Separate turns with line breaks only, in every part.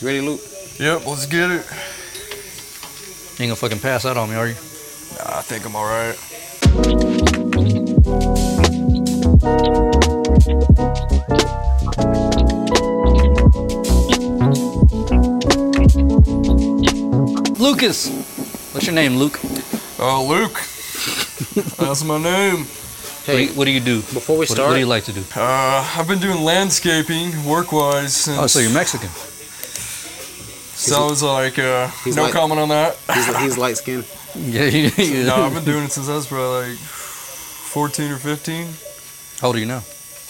You ready, Luke?
Yep, let's get it.
You ain't gonna fucking pass out on me, are you?
Nah, I think I'm all right.
Lucas! What's your name, Luke?
Oh, Luke. That's my name.
What do
Hey,
you, what do, you do?
before we
What, what do
start,
you like to do?
Uh, I've been doing landscaping work-wise since
Oh, so you're Mexican.
so I was like, uh,
he's
no
like-
comment on that.
he's, he's light skinned.
Yeah, you, you,
no, I've been doing it since I was probably like 14 or 15,
How old are you now?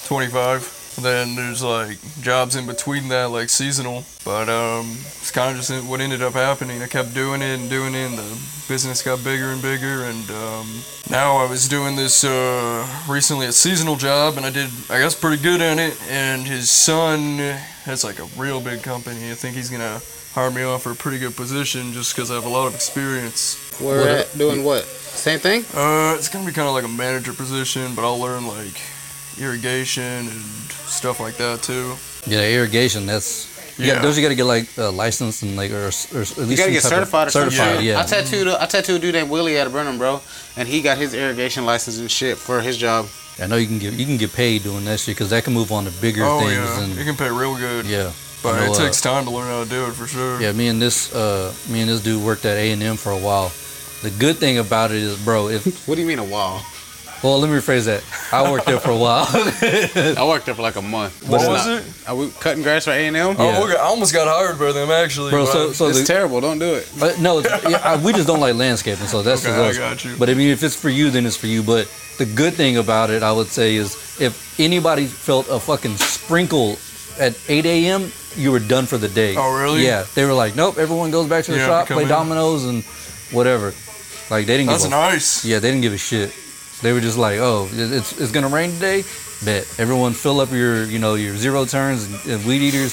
25. Then there's like jobs in between that, like seasonal. But um, it's kind of just what ended up happening. I kept doing it and doing it, and the business got bigger and bigger. And um, now I was doing this uh, recently a seasonal job, and I did, I guess, pretty good at it. And his son has like a real big company. I think he's gonna hire me on for a pretty good position just because I have a lot of experience.
We're
What-
at doing what? Same thing?
Uh, it's gonna be kind of like a manager position, but I'll learn like irrigation and stuff like that too.
Yeah, irrigation. That's yeah.
Yeah.
those you got to get like uh, licensed and like or, or at least
You gotta
some
get
type
certified or
Of,
something.
certified,
Yeah.
yeah.
I tattooed a, I tattooed a dude named Willie out of Brenham, bro, and he got his irrigation license and shit for his job.
I know you can get you can get paid doing that shit because that can move on to bigger
Oh
things
yeah, it can
and
pay real good,
yeah.
but
I know,
it
uh,
takes time to learn how to do it for sure.
Yeah, me and this uh, me and this dude worked at A and M for a while. The good thing about it is, bro. If
What do you mean a wall?
well, let me rephrase that. I worked there for a while.
I worked there for like a month.
What
It's
was
not-
it?
Are we cutting grass for A and M? Oh,
Yeah.
Oh, okay. I almost got hired by them actually.
Bro,
but
so-
I-
so-
It's
the-
terrible. Don't do it.
Uh, no, it's, yeah, I, we just don't like landscaping, so that's
Okay,
just
I
us.
got you.
But I mean, if it's for you, then it's for you. But the good thing about it, I would say, is if anybody felt a fucking sprinkle at 8 a.m., you were done for the day.
Oh, really?
Yeah, they were like, nope, everyone goes back to the
Yeah,
shop,
come
play
in.
dominoes and whatever. Like they didn't.
that's
give a,
nice.
Yeah, they didn't give a shit. They were just like, oh, it- it's it's gonna rain today. Bet everyone fill up your you know your zero turns and, and weed eaters.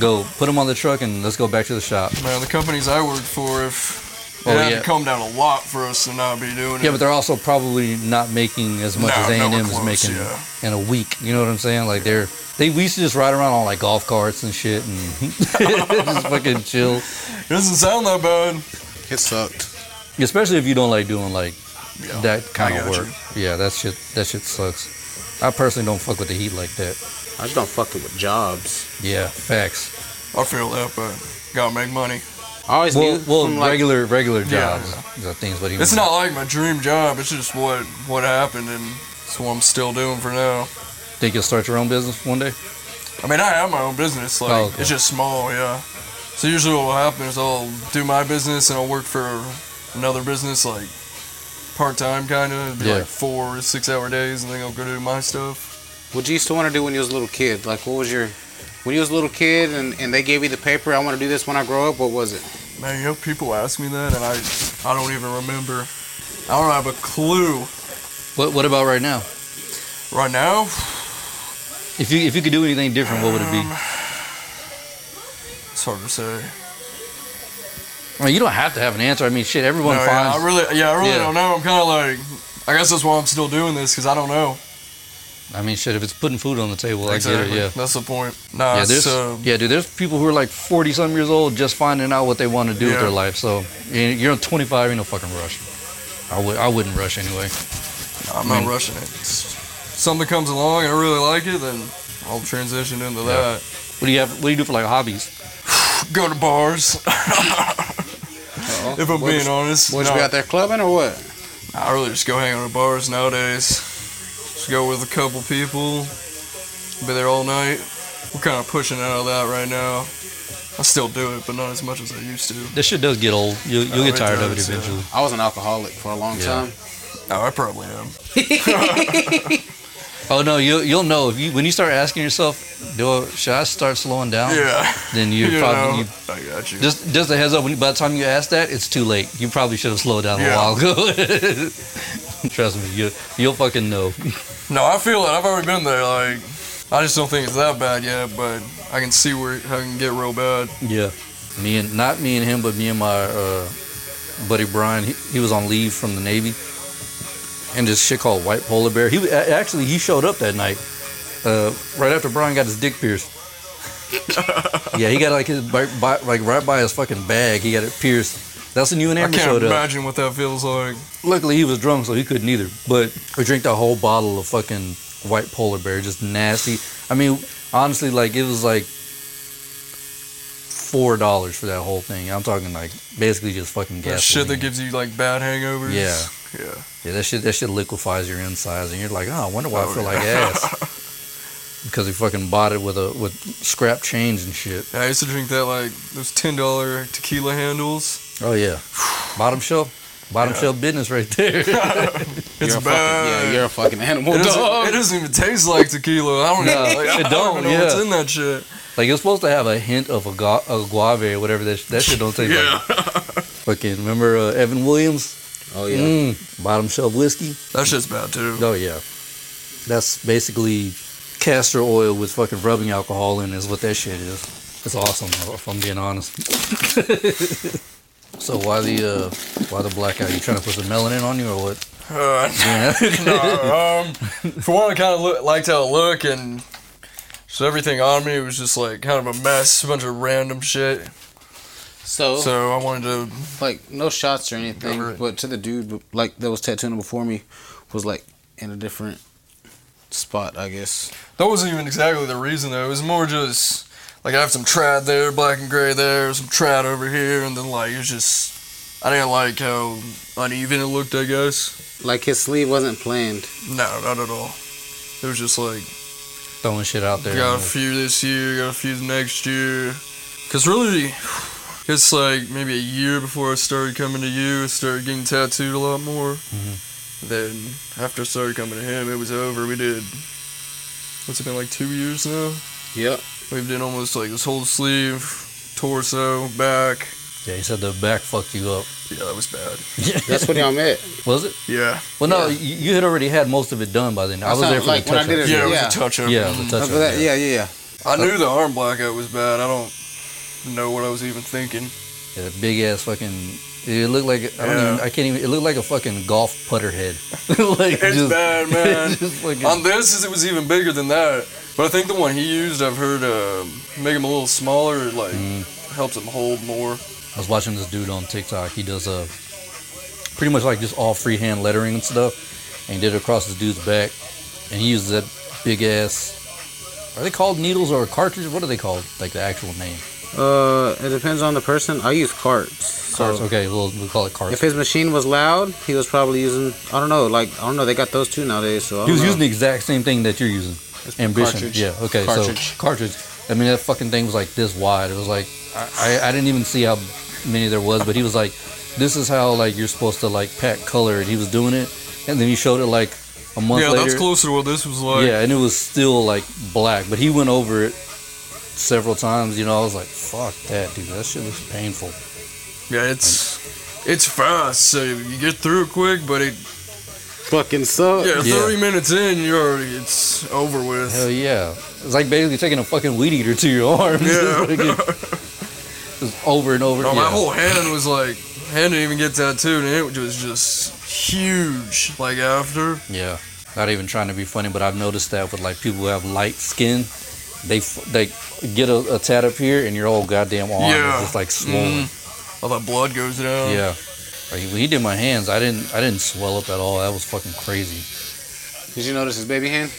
Go put them on the truck and let's go back to the shop.
Man, the companies I worked for, if it
Oh,
had
yeah.
to come down a lot for us to not be doing
Yeah,
it.
but they're also probably not making as much
No,
as A and
nowhere
M is
close,
making
yeah.
in a week. You know what I'm saying? Like they're they we used to just ride around on like golf carts and shit and just fucking chill.
it doesn't sound that bad.
It sucked.
Especially if you don't like doing like
Yeah,
that kind
I
of
got
work. Yeah, that shit that shit sucks. I personally don't fuck with the heat like that.
I just don't fuck with jobs.
Yeah, facts.
I feel that, but gotta make money.
I always
Well,
knew
well
from, like,
regular regular
Yeah.
jobs. The things, but he
It's not like my dream job. It's just what what happened, and it's what I'm still doing for now.
Think you'll start your own business one day?
I mean, I have my own business. Like,
Oh, okay.
it's just small, yeah. So usually what will happen is I'll do my business and I'll work for another business, like part time kind of. It'd be
Yeah.
like four or six hour days, and then I'll go do my stuff.
What you used to want to do when you was a little kid? Like, what was your, when you was a little kid and, and they gave you the paper, I want to do this when I grow up, what was it?
Man, you know, people ask me that, and I, I don't even remember. I don't have a clue
What what about right now?
right now.
If you if you could do anything different, what would it
Um,
be?
It's hard to say.
I mean, you don't have to have an answer. I mean, shit,
No,
everyone
yeah,
finds.
I really, yeah, I really
Yeah.
don't know. I'm kind of like, I guess that's why I'm still doing this because I don't know.
I mean, shit, if it's putting food on the table, I get it, yeah.
That's the point. Nah,
Yeah, there's,
it's, um,
yeah, dude, there's people who are like 40 some years old just finding out what they want to do with
Yeah.
their life. So you- you're 25, ain't no fucking rush. I would, I wouldn't rush anyway.
I'm
I
not
mean-
rushing it. It's- Something comes along, I really like it, then I'll transition into
Yeah.
that.
What do you have? What do you do for like hobbies?
Go to bars,
Uh-oh.
if I'm
What
being
was-
honest.
Was
No,
you out there clubbing or what?
I really just go hang out at bars nowadays. Just go with a couple people, be there all night. We're kind of pushing out of that right now. I still do it, but not as much as I used to.
This shit does get old. You, you'll
Oh,
get
it
tired of it
does, yeah.
eventually.
I was an alcoholic for a long
Yeah.
time.
No, I probably am.
Oh no, you, you'll know if you when you start asking yourself, do I, should I start slowing down?
Yeah.
Then Oh. you're
You
probably you,
know, I got you.
just just a heads up. When you, by the time you ask that, it's too late. You probably should have slowed down a
Yeah.
while ago. Trust me, you you'll fucking know.
No, I feel it. I've already been there. Like, I just don't think it's that bad yet, but I can see where it how it can get real bad.
Yeah, me and not me and him, but me and my uh, buddy Brian. He, he was on leave from the Navy, and this shit called white polar bear. He a- actually he showed up that night, uh, right after Brian got his dick pierced. yeah, he got like his by, by, like right by his fucking bag. He got it pierced. That's when you and
I
Amber
can't
showed up.
imagine what that feels like.
Luckily, he was drunk, so he couldn't either. But we drank that whole bottle of fucking white polar bear, just nasty. I mean, honestly, like it was like four dollars for that whole thing. I'm talking like basically just fucking
That
gas.
shit that gives you like bad hangovers.
Yeah.
Yeah.
yeah, that shit that shit liquefies your insides, and you're like, oh, I wonder why
Oh,
I feel
yeah.
like ass. Because he fucking bought it with a with scrap change and shit.
I used to drink that like those ten dollar tequila handles.
Oh yeah, bottom shelf, bottom
Yeah.
shelf business right there.
It's
you're a
bad.
Fucking, yeah, you're a fucking animal,
It
dog.
doesn't, it doesn't even taste like tequila. I don't know. Like, I don't,
it don't,
even know what's
yeah.
in that shit.
Like it's supposed to have a hint of a, gu- a guave or whatever that sh- that shit don't taste like. Fucking remember uh, Evan Williams?
Oh yeah.
Mm, bottom shelf whiskey.
that shit's bad too.
Oh yeah, that's basically castor oil with fucking rubbing alcohol in is what that shit is. It's awesome if I'm being honest. so why the uh, why the blackout? You trying to put some melanin on you or what?
Uh, no, um, for one, I kind of look, liked how it looked, and so everything on me was just like kind of a mess, a bunch of random shit.
So,
So I wanted to.
like no shots or anything,
Remember it.
but to the dude like that was tattooing before me was like in a different spot, I guess.
That wasn't even exactly the reason though. It was more just like I have some trad there, black and gray there, some trad over here, and then like it was just I didn't like how uneven it looked. I guess
Like his sleeve wasn't planned.
no, not at all. It was just like.
Throwing shit out there.
Got a few this year, got a few next year. Cause really, it's like maybe a year before I started coming to you, I started getting tattooed a lot more. Then after I started coming to him, it was over. We did, what's it been like two years now?
Yep.
We've done almost like this whole sleeve, torso, back.
Yeah, he said the back fucked you up.
Yeah, that was bad.
That's when y'all met.
was it?
Yeah.
Well, no,
Yeah.
you, you had already had most of it done by then. I
That's
was
not-
there for
like,
the
when I
touch
did
up.
it-
Yeah, it was
Yeah.
a touch up.
Yeah, the touch
After that,
up.
yeah,
Yeah.
yeah, yeah.
I knew the arm blackout was bad. I don't know what I was even thinking.
Yeah, the big ass fucking. It looked like I don't
Yeah.
even. I can't even. It looked like a fucking golf putter head. like
It's bad, man.
just fucking-
On this, it was even bigger than that. But I think the one he used, I've heard, um, make him a little smaller. It like
Mm.
helps him hold more.
I was watching this dude on TikTok. He does a pretty much like just all freehand lettering and stuff, and he did it across this dude's back, and he uses that big ass. Are they called needles or cartridges? What are they called? Like the actual name?
Uh, it depends on the person. I use carts. So
Carts. Okay, we'll, we'll call it carts.
if his machine was loud, he was probably using. I don't know. Like I don't know. They got those too nowadays. So I
He
don't
was
know.
using the exact same thing that you're using. Ambition.
cartridge.
Yeah. Okay. So
Cartridge.
cartridge. I mean, that fucking thing was like this wide. It was like I, I, I didn't even see how many there was, but he was like, "This is how like you're supposed to like pack color," and he was doing it, and then he showed it like a month
yeah,
later.
that's closer to what this was like.
yeah, and it was still like black, but he went over it several times. You know, I was like, "Fuck that, dude. That shit looks painful."
Yeah, it's it's fast, so you get through it quick. But it,
fucking suck.
yeah,
Yeah.
thirty minutes in, you're already it's over with.
Hell yeah. It's like basically taking a fucking weed eater to your arms.
Yeah.
Just over and over.
No,
yeah.
Oh, my whole hand was like, hand didn't even get tattooed, and it was just huge. Like after,
Yeah, not even trying to be funny, but I've noticed that with like people who have light skin, they f- they get a, a tat up here and your whole goddamn arm
Yeah. Mm-hmm.
is just like swollen.
mm, all that blood goes down.
Yeah. Like, when he did my hands, I didn't I didn't swell up at all. That was fucking crazy.
Did you notice his baby hand?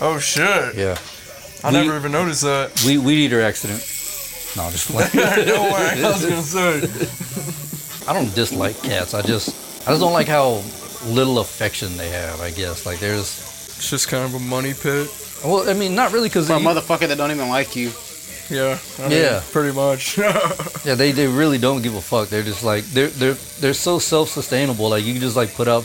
Oh shit!
Yeah.
I
We-
never even noticed that.
We weed eater accident. No, I'm just playing.
no way. I was gonna say.
I don't dislike cats. I just I just don't like how little affection they have. I guess like there's
It's just kind of a money pit.
well, I mean not really because
For a motherfucker that don't even like you.
Yeah. I
Yeah.
Pretty much.
Yeah, they, they really don't give a fuck. They're just like they're they're they're so self sustainable. Like you can just like put out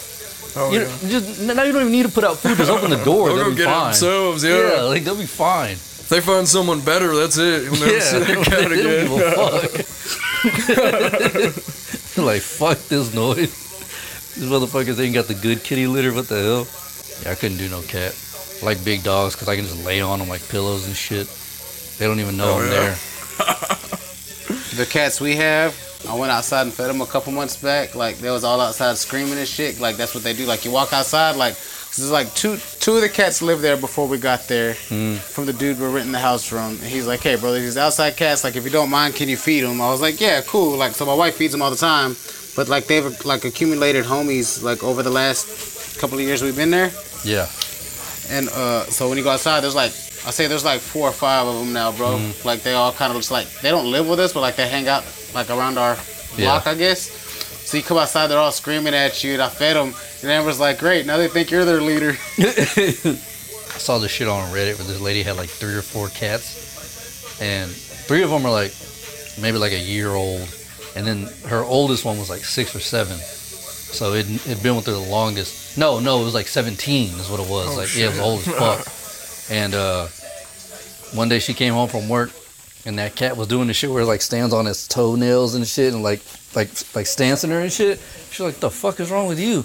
oh
you
yeah.
just now you don't even need to put out food. Just open the door.
They'll go
they'll be
get it
fine.
themselves. Yeah.
yeah, like they'll be fine.
If they find someone better, that's it. We'll never see
they
that
don't,
cat
they don't
again.
give a fuck. like fuck this noise. These motherfuckers ain't got the good kitty litter. What the hell? Yeah, I couldn't do no cat. I like big dogs because I can just lay on them like pillows and shit. They don't even know
Oh,
I'm
yeah.
there.
The cats we have, I went outside and fed them a couple months back. Like they was all outside screaming and shit. Like that's what they do. Like you walk outside, like 'Cause it's like two two of the cats lived there before we got there
Mm.
from the dude we're renting the house from. And he's like, hey, brother, these outside cats, like, if you don't mind, can you feed them? I was like, yeah, cool. Like, so my wife feeds them all the time. But, like, they've, like, accumulated homies, like, over the last couple of years we've been there.
Yeah.
And uh, so when you go outside, there's like I say there's like four or five of them now, bro. Like they all kind of looks like they don't live with us, but like they hang out like around our block, I guess. So you come outside, they're all screaming at you, and I fed them. And Amber's like, "Great, now they think you're their leader."
I saw this shit on Reddit where this lady had like three or four cats, and three of them are like maybe like a year old, and then her oldest one was like six or seven. So it had been with her the longest. No, no, it was like 17 is what it was.
Oh,
like, yeah, it was
shit.
old as fuck. and uh, one day she came home from work, and that cat was doing the shit where it like stands on its toenails and shit, and like like like stancing her and shit. She's like, "The fuck is wrong with you?"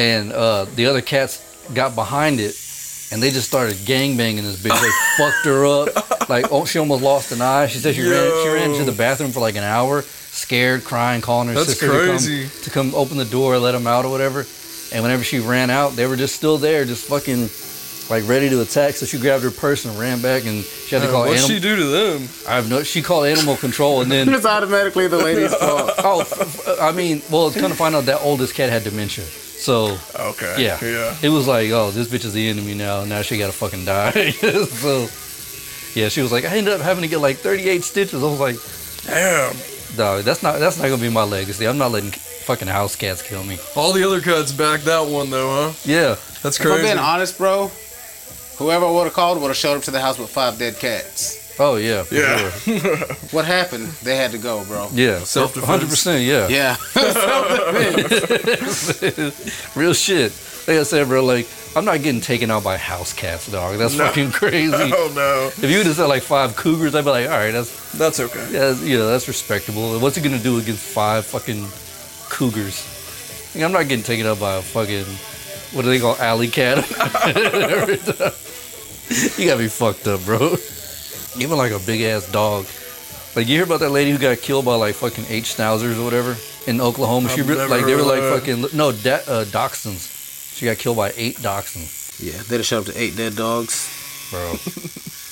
And uh, the other cats got behind it, and they just started gangbanging this bitch. They fucked her up. Like, oh, she almost lost an eye. She said she ran she ran
Yo.
into the bathroom for like an hour, scared, crying, calling her
That's
sister
crazy.
to come to come open the door, let them out or whatever. And whenever she ran out, they were just still there, just fucking like ready to attack. So she grabbed her purse and ran back, and she had to call
Uh, What'd
animal.
she do to them?
I have no. She called animal control, and then
it's automatically the lady's fault.
oh, f- f- I mean, well, it's gonna find out that oldest cat had dementia. So
Okay.
yeah, it was like, oh, this bitch is the enemy now. Now she gotta fucking die. so yeah, she was like, I ended up having to get like 38 stitches. I was like,
Damn.
no, that's not that's not gonna be my legacy. I'm not letting fucking house cats kill me.
All the other cats backed that one though, huh?
Yeah,
If
That's
I'm
crazy.
being honest, bro, whoever would have called would have showed up to the house with five dead cats.
oh yeah, for
Yeah.
sure.
What happened? They had to go, bro.
yeah,
Self-defense.
100. percent Yeah,
Yeah.
real shit. Like I said, bro, like I'm not getting taken out by house cats, dog. That's
No.
fucking crazy.
oh no.
If you would have said like five cougars, I'd be like, all right, that's
That's okay.
yeah, that's- you know, that's respectable. What's he gonna do against five fucking cougars? Like, I'm not getting taken up by a fucking what do they call alley cat? Every time. you gotta be fucked up, bro. Even like a big ass dog. Like you hear about that lady who got killed by like fucking eight schnauzers or whatever in Oklahoma. she
I've
re-
never
like they were like
heard of
fucking no da- uh, dachshunds. She got killed by eight dachshunds,
yeah. They'd have showed up to eight dead dogs.
bro.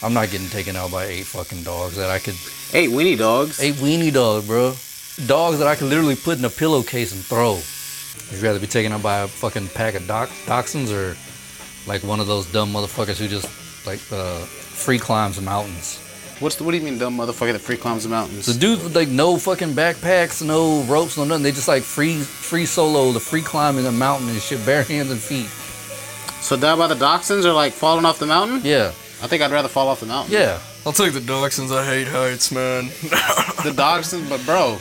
I'm not getting taken out by eight fucking dogs that I could
Eight weenie dogs.
Eight weenie dogs, bro. Dogs that I could literally put in a pillowcase and throw. Would you rather be taken out by a fucking pack of doc- dachshunds or like one of those dumb motherfuckers who just like uh, free climbs mountains?
What's the, what do you mean, dumb motherfucker that free climbs the mountains?
The dudes with like no fucking backpacks, no ropes, no nothing. They just like free free solo, the free climbing the mountain and shit, bare hands and feet.
So down by the dachshunds or like falling off the mountain?
Yeah,
I think I'd rather fall off the mountain.
yeah.
I'll take the dachshunds. I hate heights, man.
The dachshunds, but bro,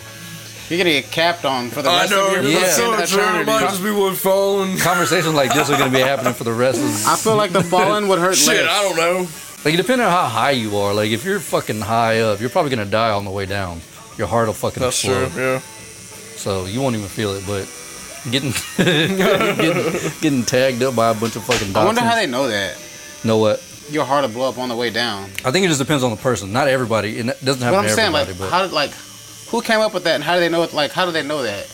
you're gonna get capped on for the
I
rest
know.
of your
Yeah.
That's so
fucking
true. It
eternity.
might just be one falling.
Conversations like this are gonna be happening for the rest of.
I feel like the falling would hurt
Shit,
less.
I don't know.
Like depending on how high you are, like if you're fucking high up, you're probably gonna die on the way down. Your heart will fucking
That's
explode.
true. Yeah.
so you won't even feel it. But getting getting, getting tagged up by a bunch of fucking
I
dogs.
wonder how they know that.
know what.
Your heart will blow up on the way down.
I think it just depends on the person. Not everybody. It doesn't
But
happen
I'm
to
saying, like,
everybody. but
how did like, who came up with that, and how do they know it? Like, how do they know that?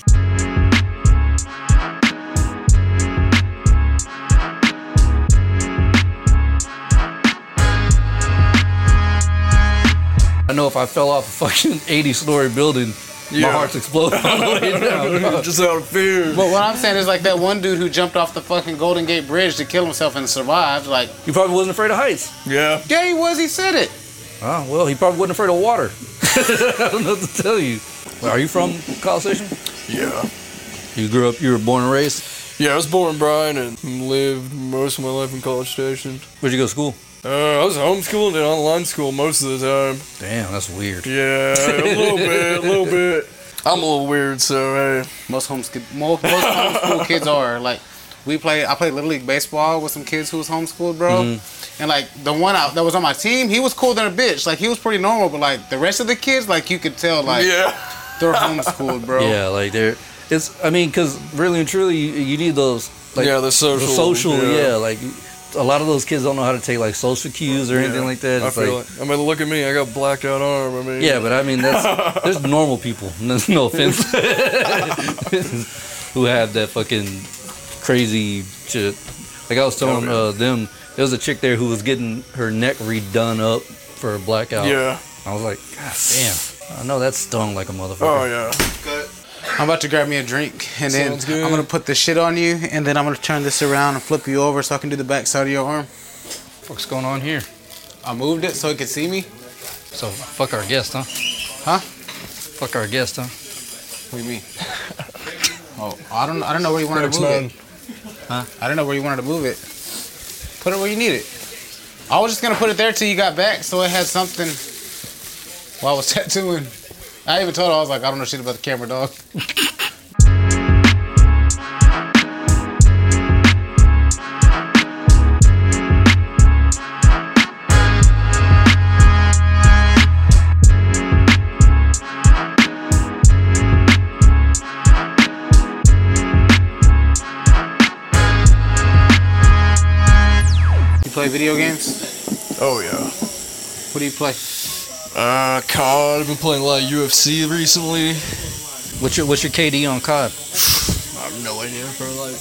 I know if I fell off a fucking 80 story building, my
Yeah.
heart's exploding on the way down. dog.
just out of fear.
But what I'm saying is like that one dude who jumped off the fucking Golden Gate Bridge to kill himself and survived. Like,
He probably wasn't afraid of heights.
Yeah.
yeah, he was. He said it.
Oh well, he probably wasn't afraid of water. I don't know what to tell you. Are you from College Station?
Yeah.
You grew up. You were born and raised.
Yeah, I was born in Bryan and lived most of my life in College Station.
Where'd you go to school?
Uh, I was homeschooled and online school most of the time.
Damn, that's weird.
Yeah, a little bit, a little bit. I'm a little weird, so hey.
Most homeschool most, most homeschool kids are like we play. I played little league baseball with some kids who was homeschooled, bro. And like the one out that was on my team, he was cool than a bitch. Like he was pretty normal, but like the rest of the kids, like you could tell, like
yeah.
they're homeschooled, bro.
Yeah, like there, it's. I mean, because really and truly, you, you need those. Like,
yeah, the
the
social.
social. Yeah. like a lot of those kids don't know how to take like social cues or
Yeah,
anything like that.
I
It's
feel
like,
like, I mean, look at me. I got blacked out arm. I mean,
yeah, but I mean, that's there's normal people. No, no offense, who have that fucking crazy shit. Like I was telling
Oh,
uh, them, there was a chick there who was getting her neck redone up for a blackout.
Yeah.
I was like, God damn. I know that stung like a motherfucker.
Oh yeah.
I'm about to grab me a drink, and then
Sounds good.
I'm gonna put the shit on you, and then I'm gonna turn this around and flip you over so I can do the back side of your arm.
What's going on here?
I moved it so he could see me.
So fuck our guest, huh?
Huh?
Fuck our guest, huh?
What do you mean? oh, I don't. I don't know where you wanted to move it. Huh? I don't know where you wanted to move it. Put it where you need it. I was just gonna put it there till you got back, so it had something. While I was tattooing, I even told her I was like, I don't know shit about the camera, dog. You play video games?
Oh yeah.
What do you play?
Uh, COD. I've been playing a lot of UFC recently.
What's your what's your KD on COD?
I have no idea. Probably like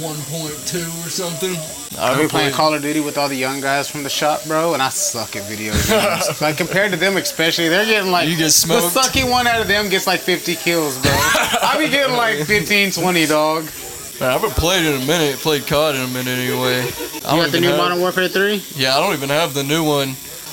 1.2 or something. I've
I've
been
been playing Call of Duty with all the young guys from the shop, bro, and I suck at video games. like compared to them, especially, they're getting like
You get smoked.
The sucky one out of them gets like 50 kills, bro. I be getting like 15, 20, dog.
Man, I haven't played in a minute. Played COD in a minute anyway. I
You
don't
got the
even
new
have-
Modern Warfare 3?
Yeah, I don't even have the new one.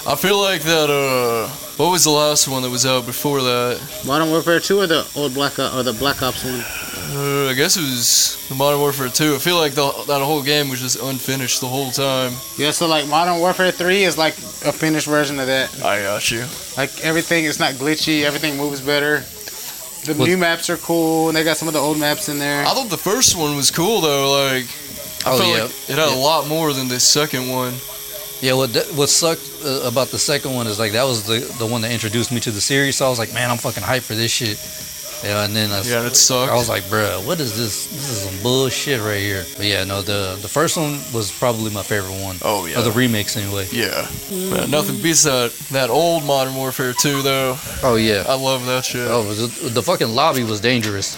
I feel like that. Uh, what was the last one that was out before that?
Modern Warfare 2 or the old Black Ops or the Black Ops one?
Uh, I guess it was the Modern Warfare 2. I feel like the, that whole game was just unfinished the whole time.
Yeah, so like Modern Warfare 3 is like a finished version of that.
I got you.
Like everything is not glitchy, everything moves better. The
What-
new maps are cool, and they got some of the old maps in there.
I thought the first one was cool though. Like, I
Oh,
felt
yeah.
like it had
Yeah.
a lot more than the second one.
Yeah, what that- what sucked uh, about the second one is like that was the the one that introduced me to the series. So I was like, man, I'm fucking hyped for this shit. Yeah, and then I,
Yeah, it sucked.
I was like, bruh, what is this? This is some bullshit right here. But yeah, no, the the first one was probably my favorite one.
oh
Or the remakes anyway.
yeah. Man, nothing beats that that old Modern Warfare 2 though.
Oh yeah.
I love that shit.
Oh, the, the fucking lobby was dangerous.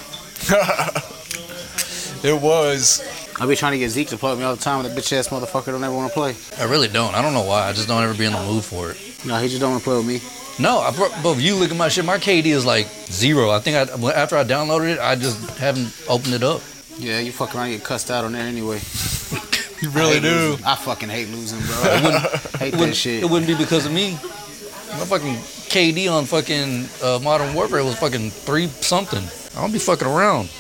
it was.
I be trying to get Zeke to plug me all the time, and that bitch ass motherfucker don't ever want to play.
I really don't. I don't know why. I just don't ever be in the mood for it.
No, he just don't want to play with me.
No, I, bro, bro, you look at my shit. My KD is like zero. I think I, after I downloaded it, I just haven't opened it up.
Yeah, you fuck around, and get cussed out on there anyway.
You really
Hate
do.
losing. I fucking hate losing, bro. I hate that
wouldn't-
shit.
It wouldn't be because of me. My fucking KD on fucking uh, Modern Warfare was fucking three something. I don't be fucking around.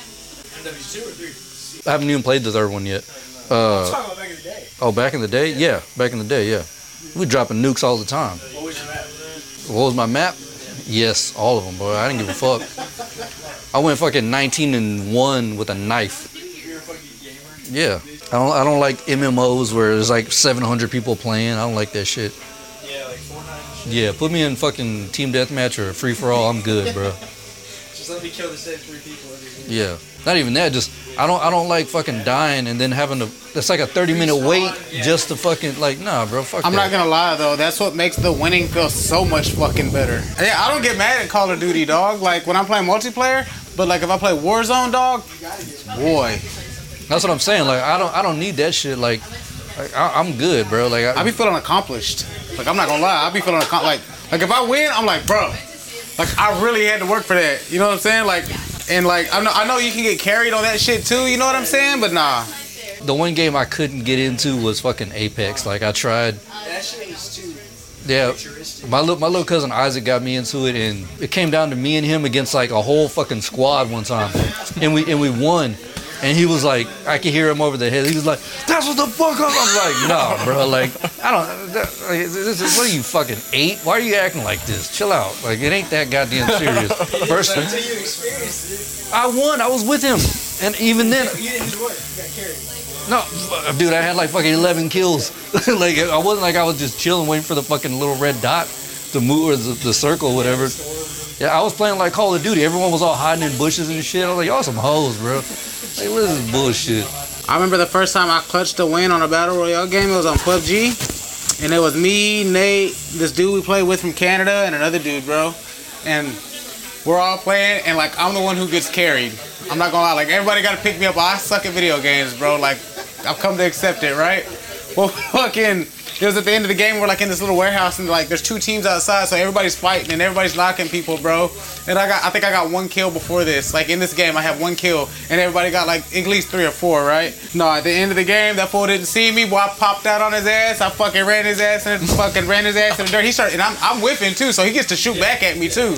I haven't even played the third one yet. Uh,
Talking about back in the day.
oh, back in the day, yeah, back in the day, yeah. We dropping nukes all the time.
What was your map?
What was my map? Yes, all of them, boy. I didn't give a fuck. I went fucking 19 and one with a knife.
You're a fucking gamer.
Yeah, I don't. I don't like MMOs where there's like 700 people playing. I don't like that shit.
Yeah, like Fortnite.
Yeah, put me in fucking team deathmatch or free for all. I'm good, bro.
Just let me kill the same three people every day.
Yeah. Not even that. Just I don't. I don't like fucking dying and then having to. That's like a 30 minute wait just to fucking like nah, bro. Fuck
I'm
that.
not gonna lie though, that's what makes the winning feel so much fucking better. Yeah, I don't get mad at Call of Duty, dog. Like when I'm playing multiplayer, but like if I play Warzone, dog, boy,
That's what I'm saying. Like I don't. I don't need that shit. Like, like I, I'm good, bro. Like I,
I be feeling accomplished. Like I'm not gonna lie, I be feeling accom- like like if I win, I'm like, bro, like I really had to work for that. You know what I'm saying? Like. And like I know, I know you can get carried on that shit too. You know what I'm saying? But nah,
the one game I couldn't get into was fucking Apex. Like I tried.
That shit is too
Yeah.
futuristic.
My little, my little cousin Isaac got me into it, and it came down to me and him against like a whole fucking squad one time, and we and we won. And he was like, I could hear him over the head. He was like, "That's what the fuck I'm." I'm like, "Nah, bro. Like, I don't. That, like, this is, what are you fucking eight? Why are you acting like this? Chill out. Like, it ain't that goddamn serious." First,
Until you experience
I won. I was with him, and even then,
it, you didn't do work. You got carried.
no, uh, dude, I had like fucking 11 kills. like, I wasn't like I was just chilling, waiting for the fucking little red dot to move or the, the circle, whatever. Yeah, I was playing like Call of Duty. Everyone was all hiding in bushes and shit. I was like, y'all some hoes, bro. Like, what is this bullshit?
I remember the first time I clutched a win on a battle royale game. It was on PUBG, and it was me, Nate, this dude we played with from Canada, and another dude, bro. And we're all playing, and like I'm the one who gets carried. I'm not gonna lie, like everybody gotta pick me up. I suck at video games, bro. Like I've come to accept it, right? Well, fucking, it was at the end of the game. We're like in this little warehouse, and like there's two teams outside, so everybody's fighting and everybody's knocking people, bro. And I got, I think I got one kill before this. Like in this game, I have one kill, and everybody got like at least three or four, right? No, at the end of the game, that fool didn't see me. Boy, I popped out on his ass. I fucking ran his ass and fucking ran his ass in the dirt. He started, and I'm, I'm whipping too, so he gets to shoot back at me too.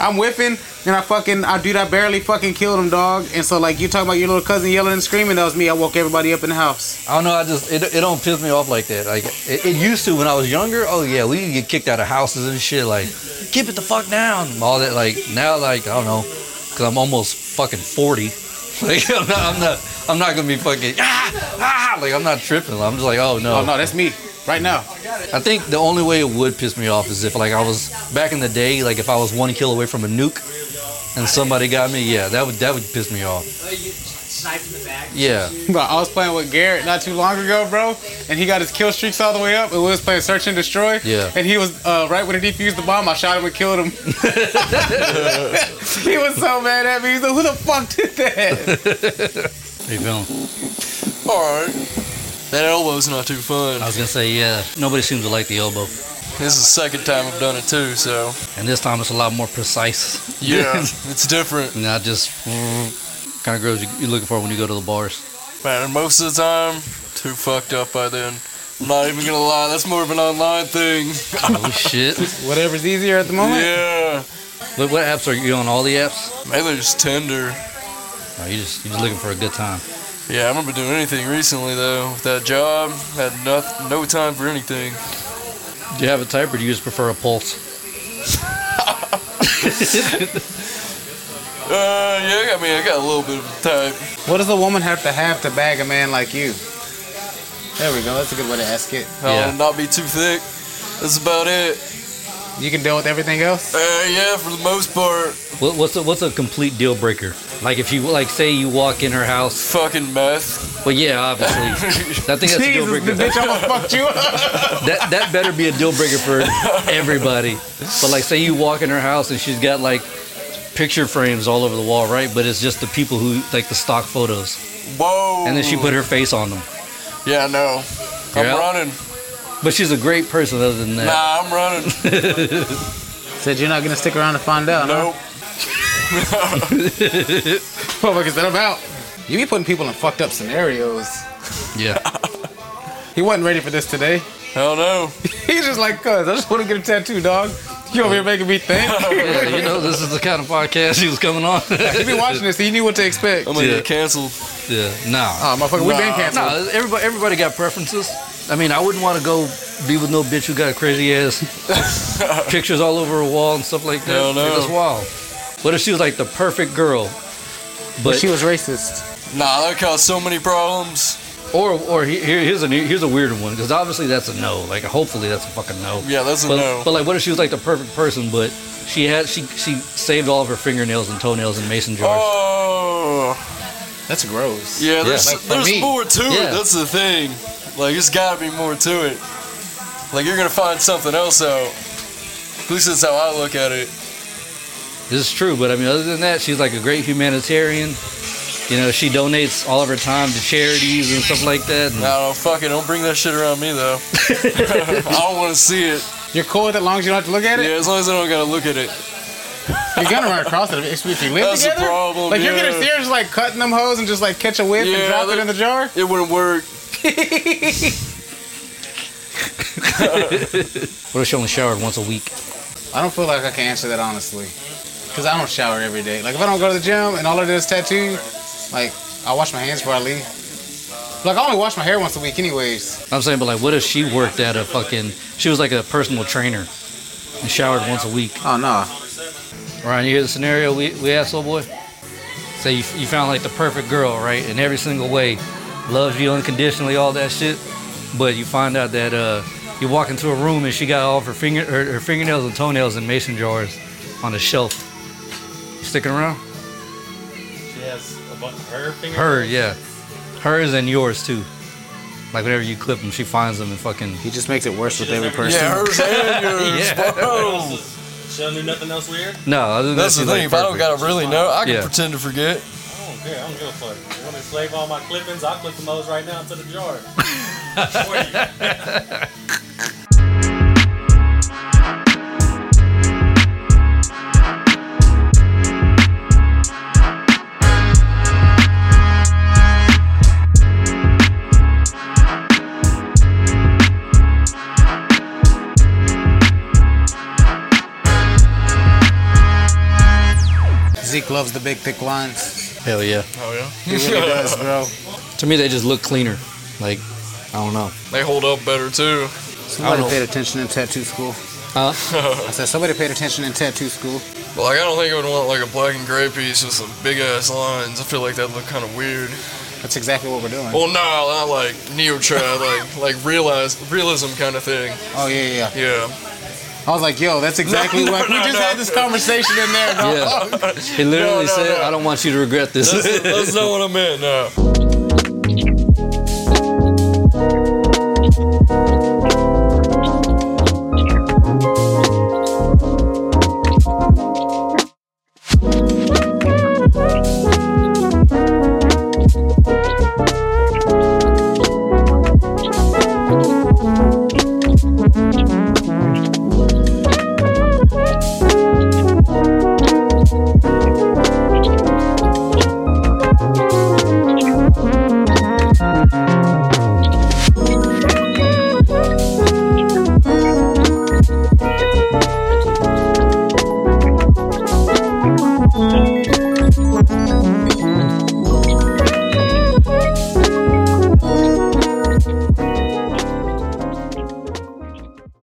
I'm whiffing and I fucking I dude I barely fucking killed him dog and so like you talking about your little cousin yelling and screaming that was me I woke everybody up in the house
I don't know. I just it, it don't piss me off like that. Like it, it used to when I was younger. Oh yeah, we get kicked out of houses and shit. Like keep it the fuck down. and All that. Like now, like I don't know, because I'm almost fucking forty. Like I'm not, I'm not, I'm not gonna be fucking ah, ah. Like I'm not tripping. I'm just like oh no.
oh no that's me right now
I think the only way it would piss me off is if like I was back in the day. Like if I was one kill away from a nuke, and somebody got me. Yeah, that would that would piss me off.
Oh, you sniped in the back.
Yeah.
bro I was playing with Garrett not too long ago bro and he got his kill streaks all the way up and we was playing search and destroy
Yeah.
and he was uh, right when he defused the bomb I shot him and killed him he was so mad at me he's like who the fuck did that
How you feeling?
All right. That elbow's not too fun.
I was gonna say yeah. Nobody seems to like the elbow.
This is the second time I've done it too, so
And this time it's a lot more precise.
yeah, it's different.
Not just Mm-hmm. kind of girls you- you're looking for when you go to the bars.
Man, and most of the time, too fucked up by then. I'm not even gonna lie, that's more of an online thing.
Holy shit.
whatever's easier at the moment
Yeah,
What, what apps are you on? All the apps?
mainly just Tinder.
No, you just, you're just looking for a good time.
Yeah, I remember doing anything recently though. With that job, had no, no time for anything.
Do you have a type or do you just prefer a pulse?
Uh, yeah, I mean, I got a little bit of a type.
what does a woman have to have to bag a man like you there we go that's a good way to ask it
I'll
Yeah.
not be too thick. That's about it.
you can deal with everything else.
Uh, yeah, for the most part,
What, what's a, what's a complete deal breaker? Like if you like say you walk in her house.
fucking meth.
Well, yeah, obviously. I think that's a deal
Jesus, the
breaker.
bitch almost fucked you up.
that that better be a deal breaker for everybody. But like, say you walk in her house and she's got like picture frames all over the wall, right? But it's just the people who like the stock photos,
Whoa.
and then she put her face on them.
Yeah, no. I'm
Yeah.
running.
But she's a great person, other than that.
Nah, I'm running.
Said you're not gonna stick around to find out. No.
nope.
Motherfucker said I'm out. You be putting people in fucked up scenarios.
Yeah,
He wasn't ready for this today.
Hell no.
He's just like, cuz, I just wanna get a tattoo, dog. You over here making me think.
yeah. You know, this is the kind of podcast she was coming on.
he be watching this, he knew what to expect.
I'm gonna
Yeah.
get canceled.
yeah, nah.
Oh, motherfucker, we been
Nah.
canceled.
No, everybody, everybody got preferences. I mean, I wouldn't want to go be with no bitch who got crazy ass pictures all over her wall and stuff like that.
Hell no.
That's wild. What if she was like the perfect girl, but
She was racist.
Nah, that caused so many problems.
Or, or he- here, here's a new- here's a weirder one because obviously that's a no. Like hopefully that's a fucking no.
Yeah, that's a
But,
no.
but like, what if she was like the perfect person, but she had she she saved all of her fingernails and toenails in mason jars.
Oh,
That's gross.
yeah. There's
Like,
for
there's
me.
more to
Yeah.
it. That's the thing. Like, there's gotta be more to it. Like, you're gonna find something else out. At least that's how I look at it.
This is true, but I mean, other than that, she's like a great humanitarian. You know, she donates all of her time to charities and stuff like that. And,
Nah, don't fuck it. Don't bring that shit around me though. I don't want to see it.
You're cool with it as long as you don't have to look at it?
Yeah, as long as I don't gotta look at it.
You're gonna run across it if if you live
That's the
together.
problem,
like you're
yeah.
gonna seriously like cutting them hoes and just like catch a whiff and
Yeah,
drop it
that-
in the jar?
It wouldn't work.
what if she only showered once a week?
I don't feel like I can answer that honestly. Because I don't shower every day. Like, if I don't go to the gym and all I do is tattoo, like, I wash my hands before I leave. Like, I only wash my hair once a week, anyways.
I'm saying, but like, what if she worked at a fucking? She was like a personal trainer and showered once a week.
Oh, no.
Ryan, you hear the scenario we, we asked old boy? Say you, you found like the perfect girl, right? In every single way, loves you unconditionally, all that shit. But you find out that uh, you walk into a room and she got all of her finger her, her fingernails and toenails in mason jars on a shelf. You sticking around?
She has a bu- her finger.
Her, yeah. Hers and yours too. Like whenever you clip them, she finds them and fucking.
He just makes it worse with every person.
Yeah, hers and yours,
Yeah.
bro.
She don't do nothing else weird.
No, other than
That's the
that, she's, like,
thing. If I don't
perfect.
gotta really know, I can
Yeah.
pretend to forget.
Oh, care. I don't give a fuck. You want to enslave all my clippings? I'll clip them those right now into the jar. For you.
Zeke loves the big thick lines.
Hell yeah.
Oh yeah.
He really does, bro.
To me, they just look cleaner. Like, I don't know.
They hold up better too.
I
Somebody
don't-
paid attention in tattoo school.
Huh?
I said somebody paid attention in tattoo school.
But like I don't think I would want like a black and gray piece with some big ass lines. I feel like that look kind of weird.
That's exactly what we're doing.
Well, no, not like neo trad, like like realize realism kind of thing.
Oh yeah, yeah. yeah.
Yeah.
I was like, yo, that's exactly
no,
what we
no,
just
no.
had this conversation in there. Dog.
Yeah. He literally
No, no,
said,
no.
I don't want you to regret this.
That's, that's not what I meant. No.